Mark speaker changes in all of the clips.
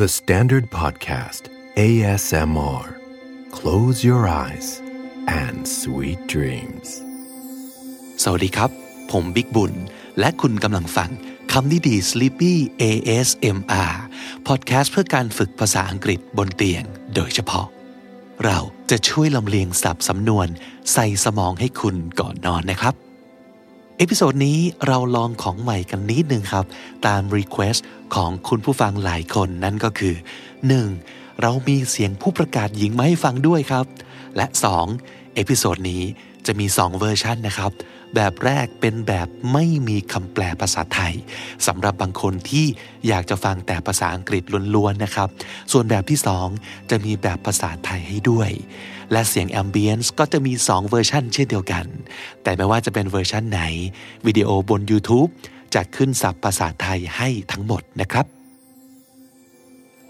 Speaker 1: The Standard Podcast ASMR. Close your eyes and sweet dreams.
Speaker 2: สวัสดีครับ ผมบิ๊กบุญ และคุณกำลังฟังคำนี้ดี Sleepy ASMR พอดแคสต์เพื่อการฝึกภาษาอังกฤษบนเตียงโดยเฉพาะ เราจะช่วยลำเลียงสับสำนวนใส่สมองให้คุณก่อนนอนนะครับ เอพิโซดนี้เราลองของใหม่กันนิดนึงครับ ตามรีเควสของคุณผู้ฟังหลายคนนั่นก็คือ 1. เรามีเสียงผู้ประกาศหญิงมาให้ฟังด้วยครับ และ 2. เอพิโซดนี้จะมี 2 เวอร์ชันนะครับ แบบแรกเป็นแบบไม่มีคำแปลภาษาไทยสำหรับบางคนที่อยากจะฟังแต่ภาษาอังกฤษล้วนๆนะครับ ส่วนแบบที่ 2 จะมีแบบภาษาไทยให้ด้วย และเสียงแอมเบียนซ์ก็จะมี 2 เวอร์ชันเช่นเดียวกัน แต่ไม่ว่าจะเป็นเวอร์ชันไหน วิดีโอบน YouTube จะขึ้นศัพท์ภาษาไทยให้ทั้งหมดนะครับ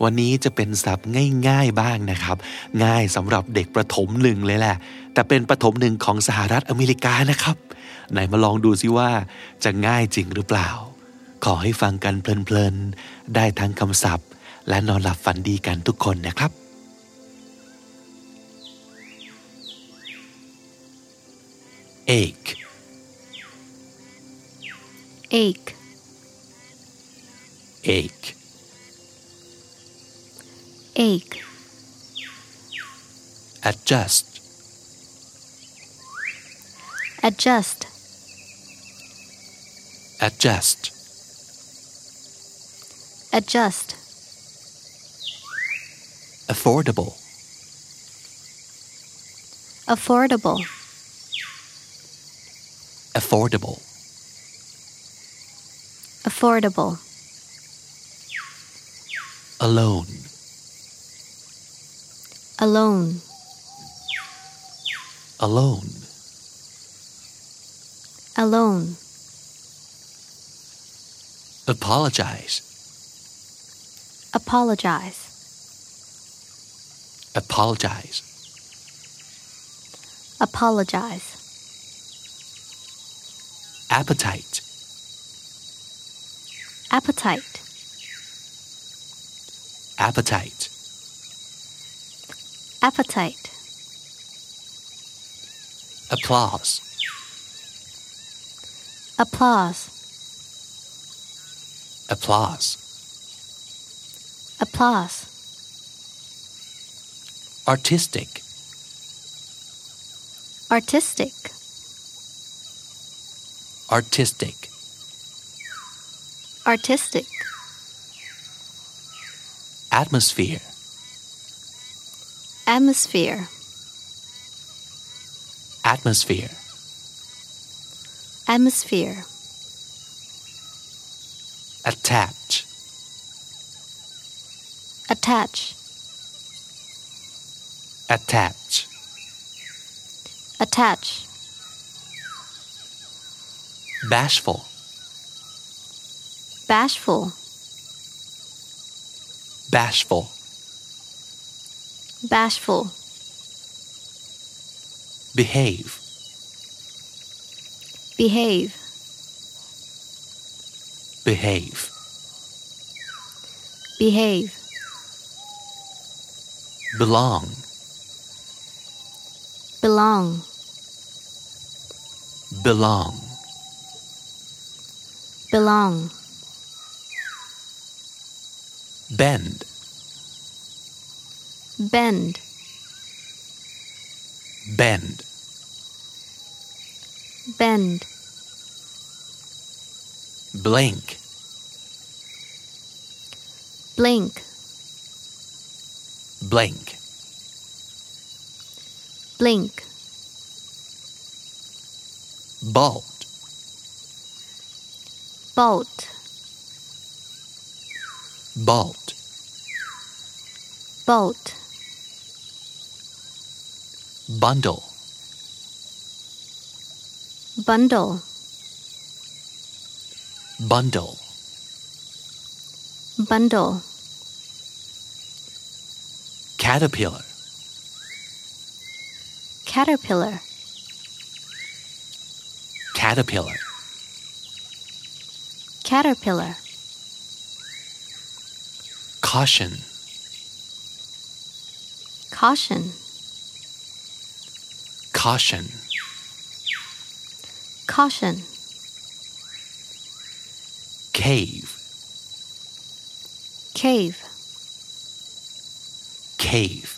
Speaker 2: วันนี้จะเป็นศัพท์ง่ายๆบ้างนะครับ ง่ายสำหรับเด็กประถมหนึ่งเลยแหละ แต่เป็นประถมหนึ่งของสหรัฐอเมริกานะครับ ไหนมาลองดูซิว่าจะง่ายจริงหรือเปล่า ขอให้ฟังกันเพลินๆ ได้ทั้งคำศัพท์ และนอนหลับฝันดีกันทุกคนนะครับ ache
Speaker 3: ache,
Speaker 2: ache
Speaker 3: ache,
Speaker 2: adjust
Speaker 3: adjust,
Speaker 2: adjust
Speaker 3: adjust,
Speaker 2: affordable
Speaker 3: affordable,
Speaker 2: affordable
Speaker 3: affordable,
Speaker 2: alone
Speaker 3: alone,
Speaker 2: alone
Speaker 3: alone,
Speaker 2: apologize
Speaker 3: apologize,
Speaker 2: apologize
Speaker 3: apologize,
Speaker 2: appetite
Speaker 3: appetite,
Speaker 2: appetite
Speaker 3: appetite,
Speaker 2: applause
Speaker 3: applause,
Speaker 2: applause
Speaker 3: applause,
Speaker 2: artistic
Speaker 3: artistic,
Speaker 2: artistic
Speaker 3: artistic,
Speaker 2: atmosphere
Speaker 3: atmosphere,
Speaker 2: atmosphere
Speaker 3: atmosphere,
Speaker 2: attach
Speaker 3: attach,
Speaker 2: attach
Speaker 3: attach,
Speaker 2: bashful
Speaker 3: bashful,
Speaker 2: bashful
Speaker 3: bashful,
Speaker 2: behave
Speaker 3: behave,
Speaker 2: behave
Speaker 3: behave,
Speaker 2: belong
Speaker 3: belong,
Speaker 2: belong
Speaker 3: belong,
Speaker 2: bend
Speaker 3: bend,
Speaker 2: bend
Speaker 3: bend,
Speaker 2: blink
Speaker 3: blink,
Speaker 2: blink
Speaker 3: blink,
Speaker 2: bald
Speaker 3: bolt,
Speaker 2: bald
Speaker 3: bolt,
Speaker 2: bundle
Speaker 3: bundle,
Speaker 2: bundle
Speaker 3: bundle,
Speaker 2: caterpillar
Speaker 3: caterpillar,
Speaker 2: caterpillar
Speaker 3: caterpillar,
Speaker 2: caution
Speaker 3: caution,
Speaker 2: caution
Speaker 3: caution,
Speaker 2: cave
Speaker 3: cave,
Speaker 2: cave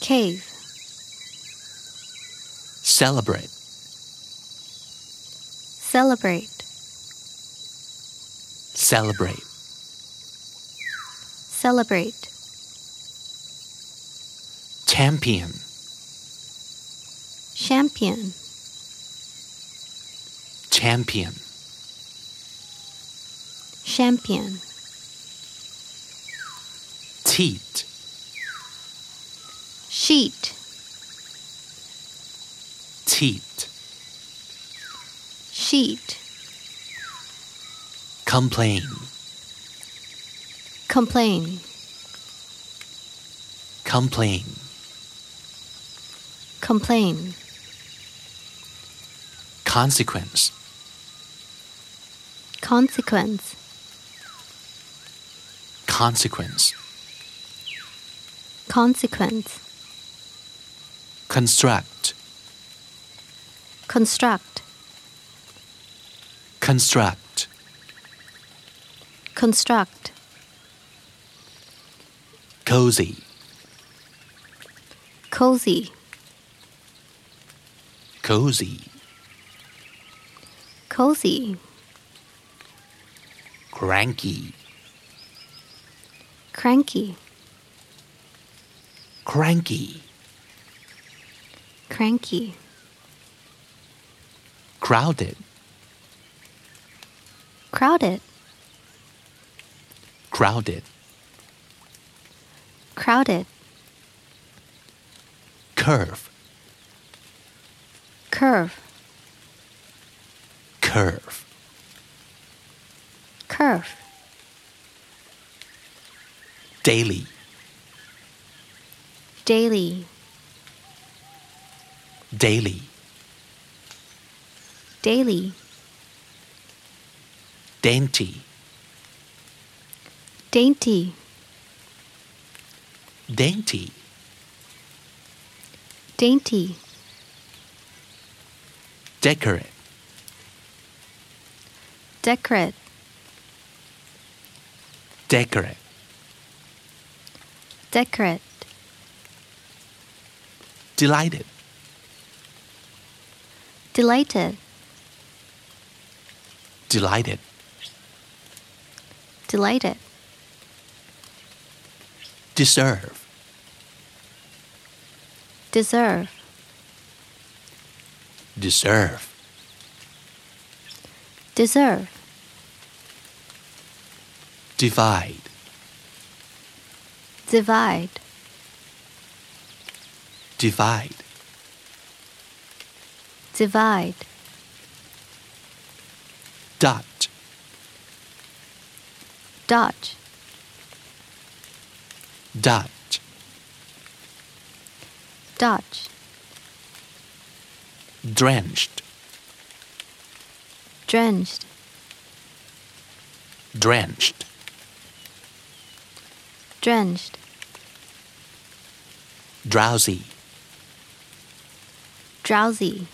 Speaker 3: cave,
Speaker 2: celebrate
Speaker 3: celebrate,
Speaker 2: celebrate
Speaker 3: celebrate,
Speaker 2: champion
Speaker 3: champion,
Speaker 2: champion
Speaker 3: champion,
Speaker 2: teat
Speaker 3: sheet,
Speaker 2: teat
Speaker 3: sheet,
Speaker 2: complain
Speaker 3: complain,
Speaker 2: complain
Speaker 3: complain,
Speaker 2: consequence
Speaker 3: consequence,
Speaker 2: consequence
Speaker 3: consequence,
Speaker 2: construct
Speaker 3: construct,
Speaker 2: construct
Speaker 3: construct,
Speaker 2: cozy
Speaker 3: cozy,
Speaker 2: cozy
Speaker 3: cozy,
Speaker 2: cranky
Speaker 3: cranky,
Speaker 2: cranky
Speaker 3: cranky,
Speaker 2: crowded
Speaker 3: crowded,
Speaker 2: crowded
Speaker 3: crowded,
Speaker 2: curve
Speaker 3: curve,
Speaker 2: curve
Speaker 3: curve,
Speaker 2: daily
Speaker 3: daily,
Speaker 2: daily
Speaker 3: daily,
Speaker 2: dainty
Speaker 3: dainty,
Speaker 2: dainty
Speaker 3: dainty,
Speaker 2: decorate
Speaker 3: decorate,
Speaker 2: decorate
Speaker 3: decorate,
Speaker 2: delighted
Speaker 3: delighted,
Speaker 2: delighted
Speaker 3: delighted,
Speaker 2: deserve
Speaker 3: deserve,
Speaker 2: deserve
Speaker 3: deserve,
Speaker 2: divide
Speaker 3: divide,
Speaker 2: divide
Speaker 3: divide,
Speaker 2: dot
Speaker 3: dodge,
Speaker 2: dot
Speaker 3: dodge,
Speaker 2: drenched
Speaker 3: drenched,
Speaker 2: drenched
Speaker 3: drenched,
Speaker 2: drowsy
Speaker 3: drowsy,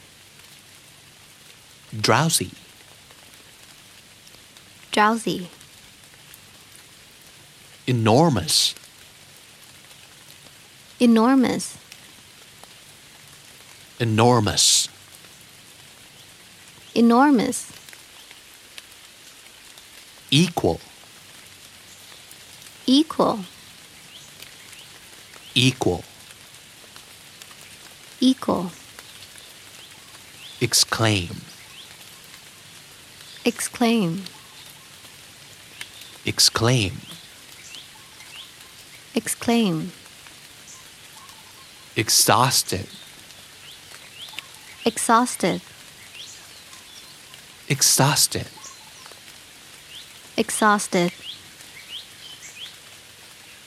Speaker 2: drowsy
Speaker 3: drowsy,
Speaker 2: enormous
Speaker 3: enormous,
Speaker 2: enormous
Speaker 3: enormous,
Speaker 2: equal
Speaker 3: equal,
Speaker 2: equal
Speaker 3: equal,
Speaker 2: exclaim
Speaker 3: exclaim,
Speaker 2: exclaim
Speaker 3: exclaim,
Speaker 2: exhausted
Speaker 3: exhausted,
Speaker 2: exhausted
Speaker 3: exhausted,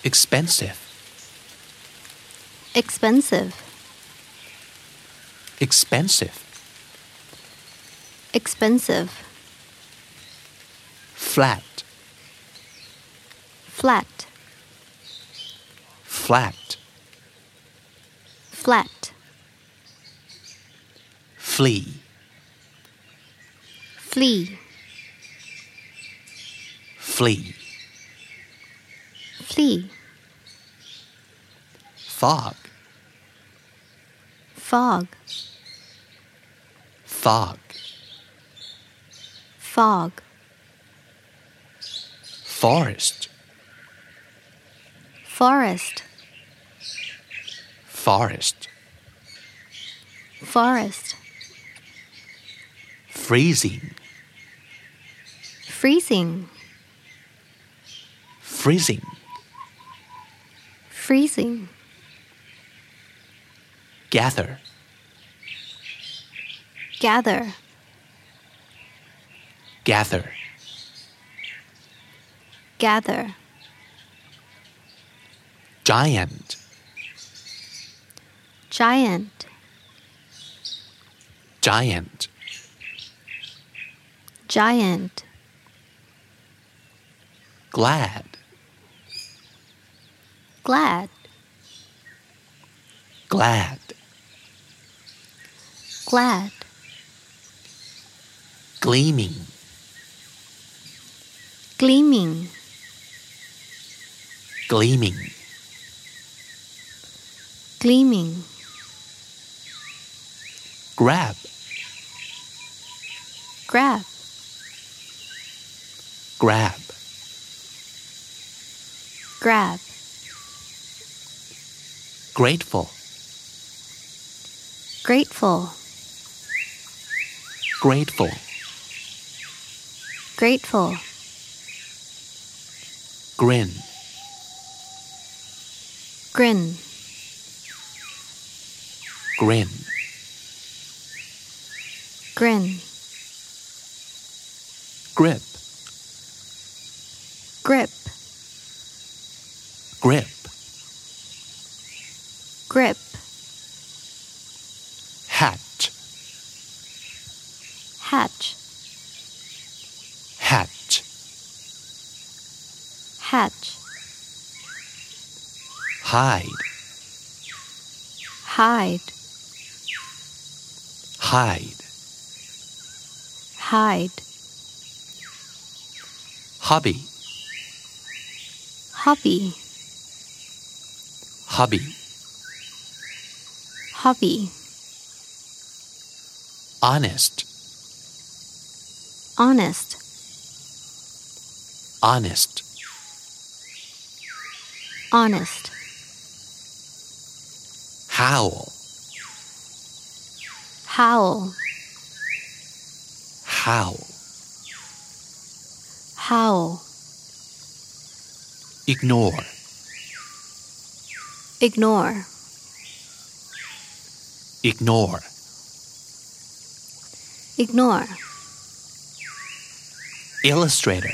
Speaker 2: expensive
Speaker 3: expensive,
Speaker 2: expensive
Speaker 3: expensive,
Speaker 2: flat
Speaker 3: flat,
Speaker 2: flat
Speaker 3: flat,
Speaker 2: flee
Speaker 3: flee,
Speaker 2: flee
Speaker 3: flee,
Speaker 2: fog
Speaker 3: fog,
Speaker 2: fog
Speaker 3: fog,
Speaker 2: forest
Speaker 3: forest,
Speaker 2: forest
Speaker 3: forest,
Speaker 2: freezing
Speaker 3: freezing,
Speaker 2: freezing
Speaker 3: freezing,
Speaker 2: gather
Speaker 3: gather,
Speaker 2: gather
Speaker 3: gather,
Speaker 2: giant
Speaker 3: giant,
Speaker 2: giant
Speaker 3: giant,
Speaker 2: glad
Speaker 3: glad,
Speaker 2: glad
Speaker 3: glad,
Speaker 2: gleaming
Speaker 3: gleaming,
Speaker 2: gleaming
Speaker 3: gleaming,
Speaker 2: grab
Speaker 3: grab,
Speaker 2: grab
Speaker 3: grab,
Speaker 2: grateful
Speaker 3: grateful,
Speaker 2: grateful
Speaker 3: grateful,
Speaker 2: grin
Speaker 3: grin,
Speaker 2: grin
Speaker 3: grin,
Speaker 2: grip
Speaker 3: grip,
Speaker 2: grip
Speaker 3: grip,
Speaker 2: hat
Speaker 3: hatch,
Speaker 2: hat
Speaker 3: hatch,
Speaker 2: hide
Speaker 3: hide,
Speaker 2: hide
Speaker 3: hide,
Speaker 2: hobby
Speaker 3: hobby,
Speaker 2: hobby
Speaker 3: hobby,
Speaker 2: honest
Speaker 3: honest,
Speaker 2: honest
Speaker 3: honest,
Speaker 2: howl
Speaker 3: howl,
Speaker 2: howl
Speaker 3: howl,
Speaker 2: ignore
Speaker 3: ignore,
Speaker 2: ignore
Speaker 3: ignore,
Speaker 2: illustrator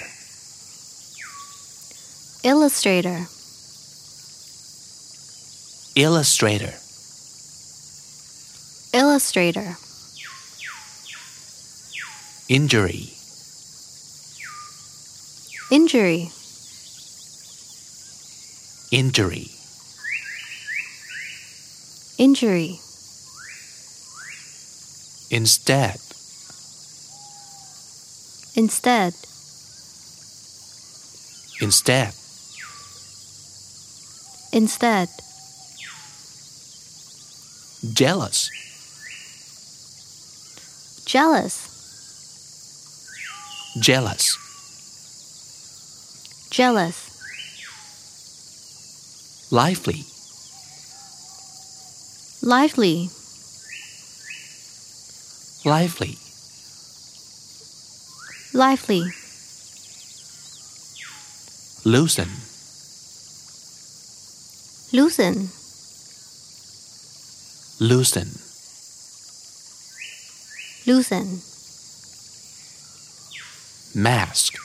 Speaker 3: illustrator,
Speaker 2: illustrator
Speaker 3: illustrator,
Speaker 2: injury
Speaker 3: injury,
Speaker 2: injury
Speaker 3: injury,
Speaker 2: instead
Speaker 3: instead,
Speaker 2: instead
Speaker 3: instead,
Speaker 2: jealous
Speaker 3: jealous,
Speaker 2: jealous
Speaker 3: jealous,
Speaker 2: lively
Speaker 3: lively,
Speaker 2: lively
Speaker 3: lively,
Speaker 2: loosen
Speaker 3: loosen,
Speaker 2: loosen
Speaker 3: loosen,
Speaker 2: mask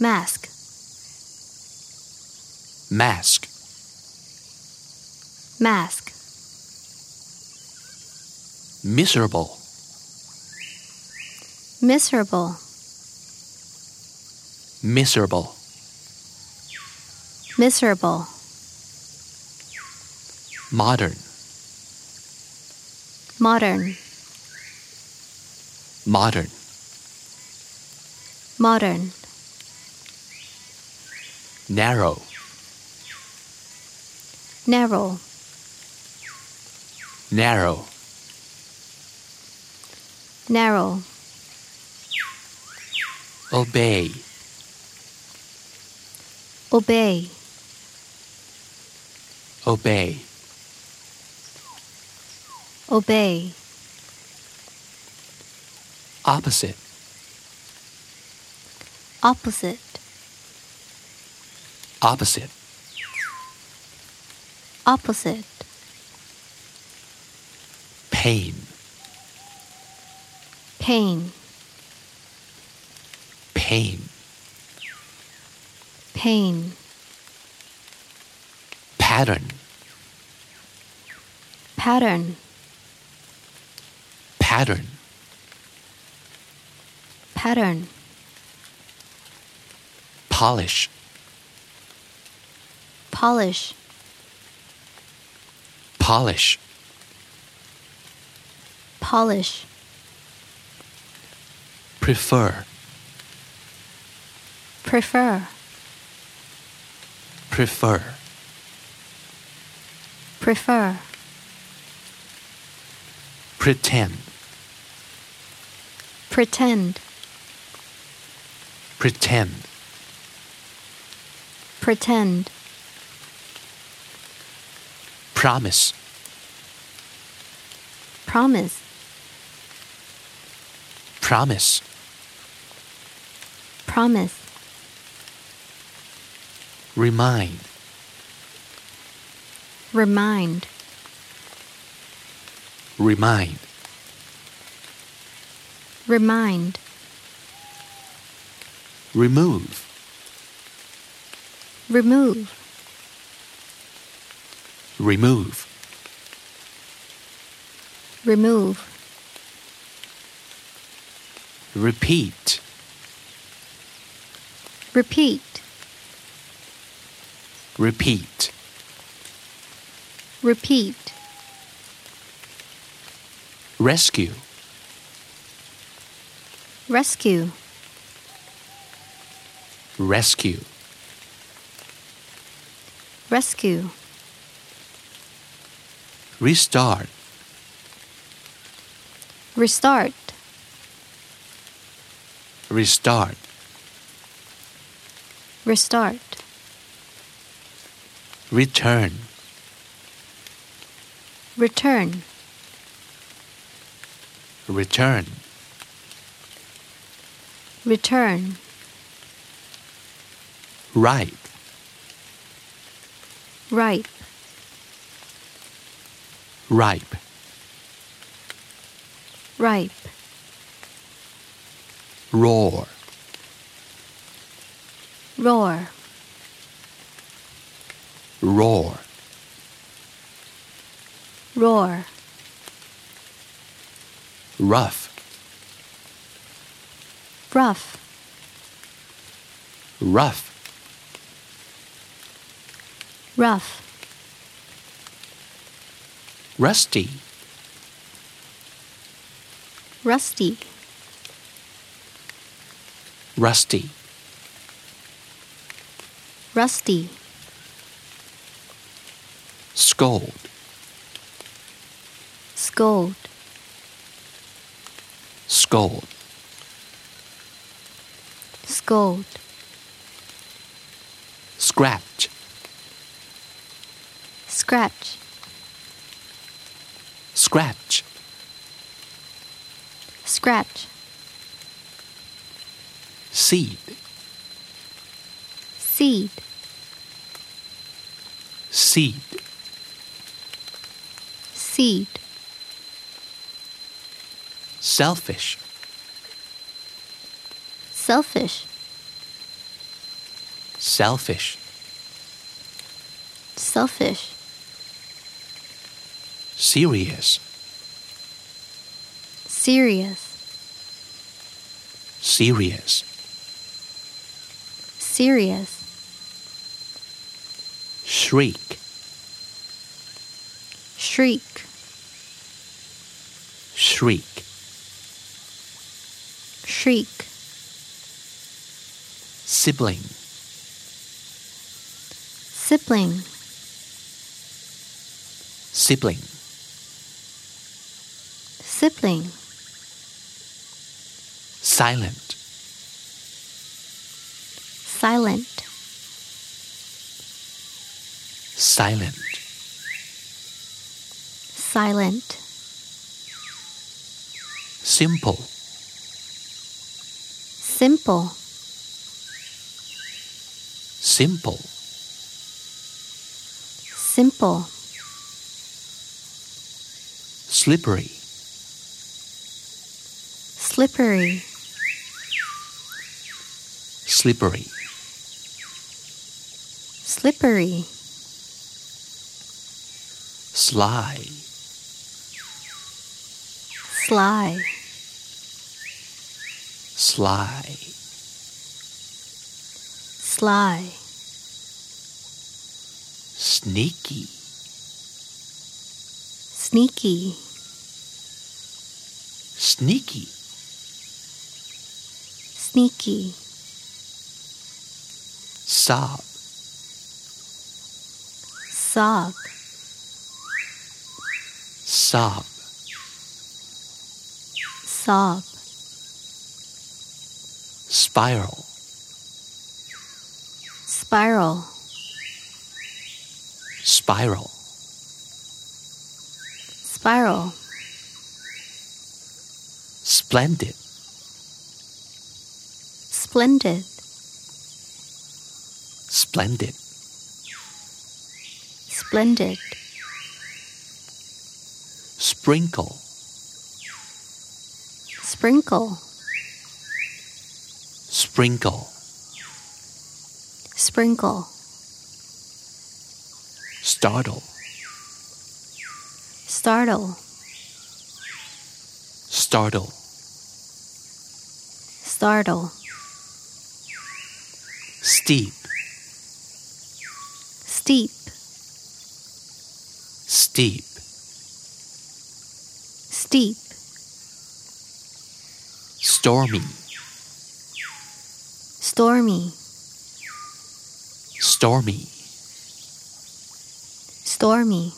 Speaker 3: mask,
Speaker 2: mask
Speaker 3: mask,
Speaker 2: miserable
Speaker 3: miserable,
Speaker 2: miserable
Speaker 3: miserable,
Speaker 2: modern
Speaker 3: modern,
Speaker 2: modern
Speaker 3: modern,
Speaker 2: narrow
Speaker 3: narrow,
Speaker 2: narrow
Speaker 3: narrow,
Speaker 2: obey
Speaker 3: obey,
Speaker 2: obey
Speaker 3: obey,
Speaker 2: opposite
Speaker 3: opposite,
Speaker 2: opposite
Speaker 3: opposite,
Speaker 2: pain
Speaker 3: pain,
Speaker 2: pain
Speaker 3: pain,
Speaker 2: pattern
Speaker 3: pattern,
Speaker 2: pattern
Speaker 3: pattern,
Speaker 2: polish
Speaker 3: polish,
Speaker 2: polish
Speaker 3: polish,
Speaker 2: prefer
Speaker 3: prefer,
Speaker 2: prefer
Speaker 3: prefer,
Speaker 2: pretend
Speaker 3: pretend,
Speaker 2: pretend
Speaker 3: pretend,
Speaker 2: promise
Speaker 3: promise,
Speaker 2: promise
Speaker 3: promise,
Speaker 2: remind
Speaker 3: remind,
Speaker 2: remind
Speaker 3: remind,
Speaker 2: remove
Speaker 3: remove,
Speaker 2: remove
Speaker 3: remove,
Speaker 2: repeat
Speaker 3: repeat,
Speaker 2: repeat
Speaker 3: repeat,
Speaker 2: rescue
Speaker 3: rescue,
Speaker 2: rescue
Speaker 3: rescue,
Speaker 2: restart
Speaker 3: restart,
Speaker 2: restart
Speaker 3: restart,
Speaker 2: return
Speaker 3: return,
Speaker 2: return
Speaker 3: return,
Speaker 2: right
Speaker 3: ripe,
Speaker 2: ripe
Speaker 3: ripe,
Speaker 2: roar
Speaker 3: roar,
Speaker 2: roar
Speaker 3: roar,
Speaker 2: rough
Speaker 3: rough,
Speaker 2: rough
Speaker 3: rough,
Speaker 2: rusty
Speaker 3: rusty,
Speaker 2: rusty
Speaker 3: rusty,
Speaker 2: scold
Speaker 3: scold,
Speaker 2: scold
Speaker 3: scold,
Speaker 2: scratch
Speaker 3: scratch,
Speaker 2: scratch
Speaker 3: scratch,
Speaker 2: seed
Speaker 3: seed,
Speaker 2: seed
Speaker 3: seed,
Speaker 2: selfish
Speaker 3: selfish,
Speaker 2: selfish
Speaker 3: selfish,
Speaker 2: serious
Speaker 3: serious,
Speaker 2: serious
Speaker 3: serious,
Speaker 2: shriek
Speaker 3: shriek,
Speaker 2: shriek
Speaker 3: shriek,
Speaker 2: sibling
Speaker 3: sibling,
Speaker 2: sibling
Speaker 3: sibling,
Speaker 2: silent
Speaker 3: silent,
Speaker 2: silent
Speaker 3: silent,
Speaker 2: simple
Speaker 3: simple,
Speaker 2: simple
Speaker 3: simple,
Speaker 2: slippery
Speaker 3: slippery,
Speaker 2: slippery
Speaker 3: slippery,
Speaker 2: sly
Speaker 3: sly,
Speaker 2: sly
Speaker 3: sly,
Speaker 2: sneaky
Speaker 3: sneaky,
Speaker 2: sneaky
Speaker 3: sneaky,
Speaker 2: sob
Speaker 3: sob,
Speaker 2: sob
Speaker 3: sob,
Speaker 2: spiral
Speaker 3: spiral,
Speaker 2: spiral
Speaker 3: spiral,
Speaker 2: splendid
Speaker 3: splendid,
Speaker 2: splendid
Speaker 3: splendid,
Speaker 2: sprinkle
Speaker 3: sprinkle,
Speaker 2: sprinkle
Speaker 3: sprinkle,
Speaker 2: startle
Speaker 3: startle,
Speaker 2: startle
Speaker 3: startle,
Speaker 2: steep
Speaker 3: steep,
Speaker 2: steep
Speaker 3: steep,
Speaker 2: stormy
Speaker 3: stormy,
Speaker 2: stormy
Speaker 3: stormy,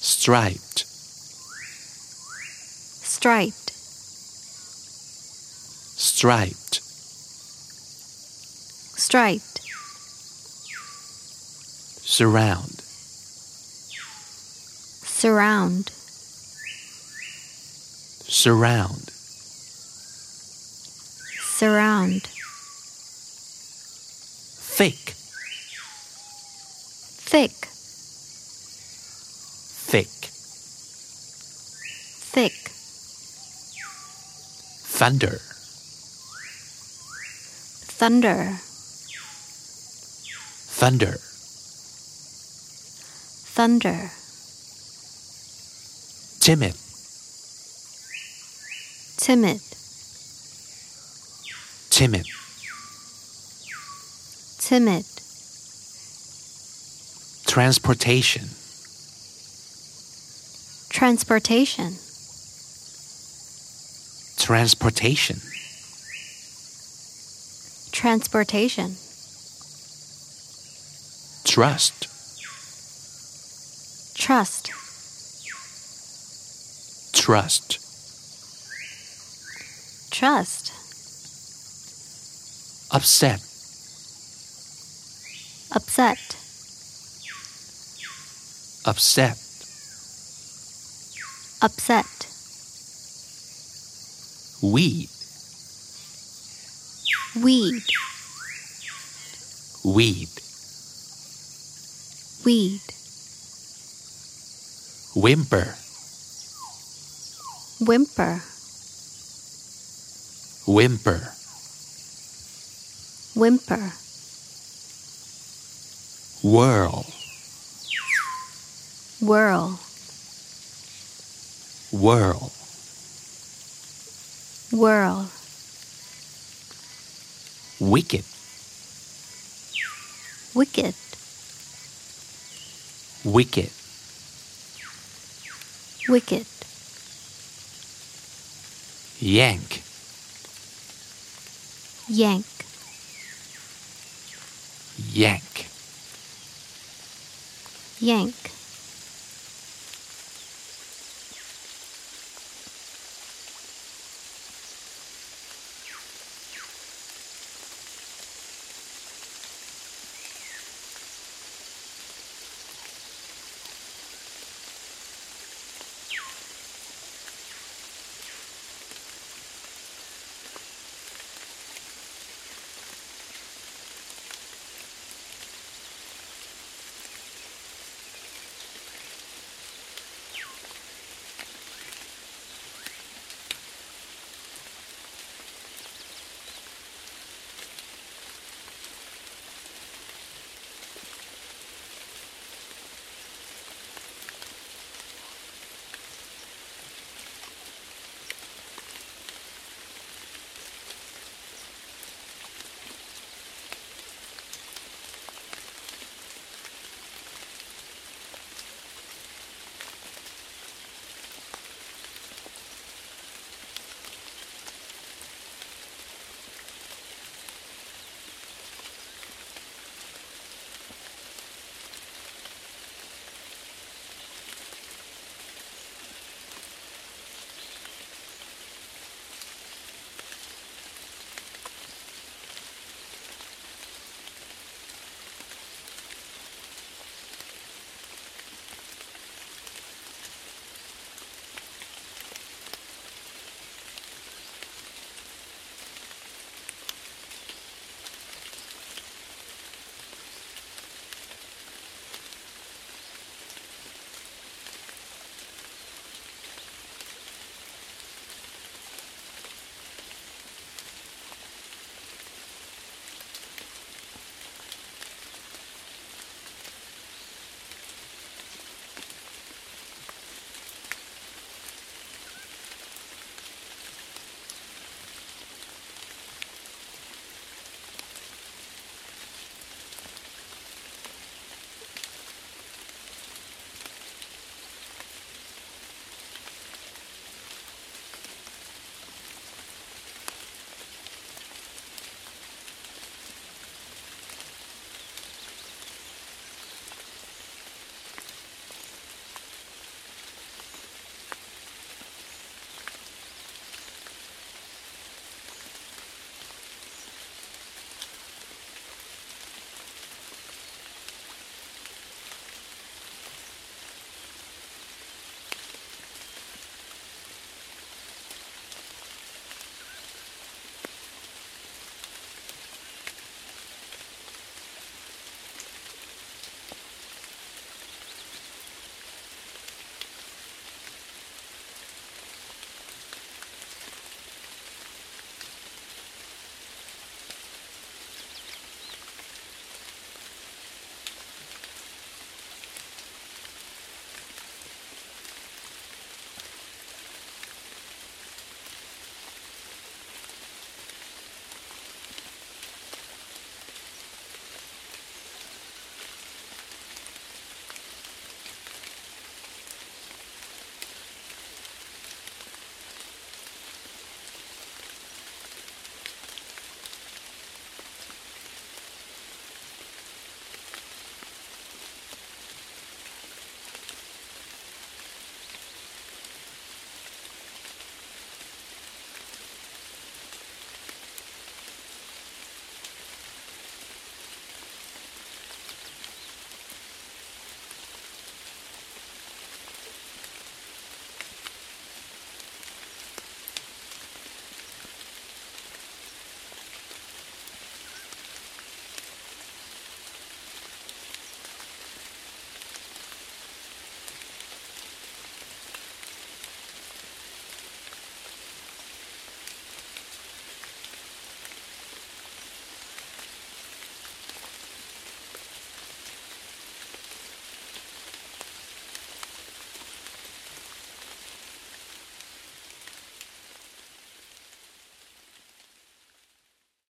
Speaker 2: striped
Speaker 3: striped,
Speaker 2: striped
Speaker 3: striped,
Speaker 2: surround
Speaker 3: surround,
Speaker 2: surround
Speaker 3: surround,
Speaker 2: thick
Speaker 3: thick,
Speaker 2: thick
Speaker 3: thick,
Speaker 2: thunder
Speaker 3: thunder,
Speaker 2: thunder
Speaker 3: thunder,
Speaker 2: timid
Speaker 3: timid,
Speaker 2: timid
Speaker 3: timid,
Speaker 2: transportation
Speaker 3: transportation,
Speaker 2: transportation
Speaker 3: transportation,
Speaker 2: trust
Speaker 3: trust,
Speaker 2: trust
Speaker 3: trust,
Speaker 2: upset
Speaker 3: upset,
Speaker 2: upset
Speaker 3: upset,
Speaker 2: weed
Speaker 3: weed,
Speaker 2: weed
Speaker 3: weed,
Speaker 2: whimper
Speaker 3: whimper,
Speaker 2: whimper
Speaker 3: whimper,
Speaker 2: whirl
Speaker 3: whirl,
Speaker 2: whirl
Speaker 3: whirl,
Speaker 2: wicked
Speaker 3: wicked,
Speaker 2: wicked
Speaker 3: wicked,
Speaker 2: yank
Speaker 3: yank,
Speaker 2: yank
Speaker 3: yank,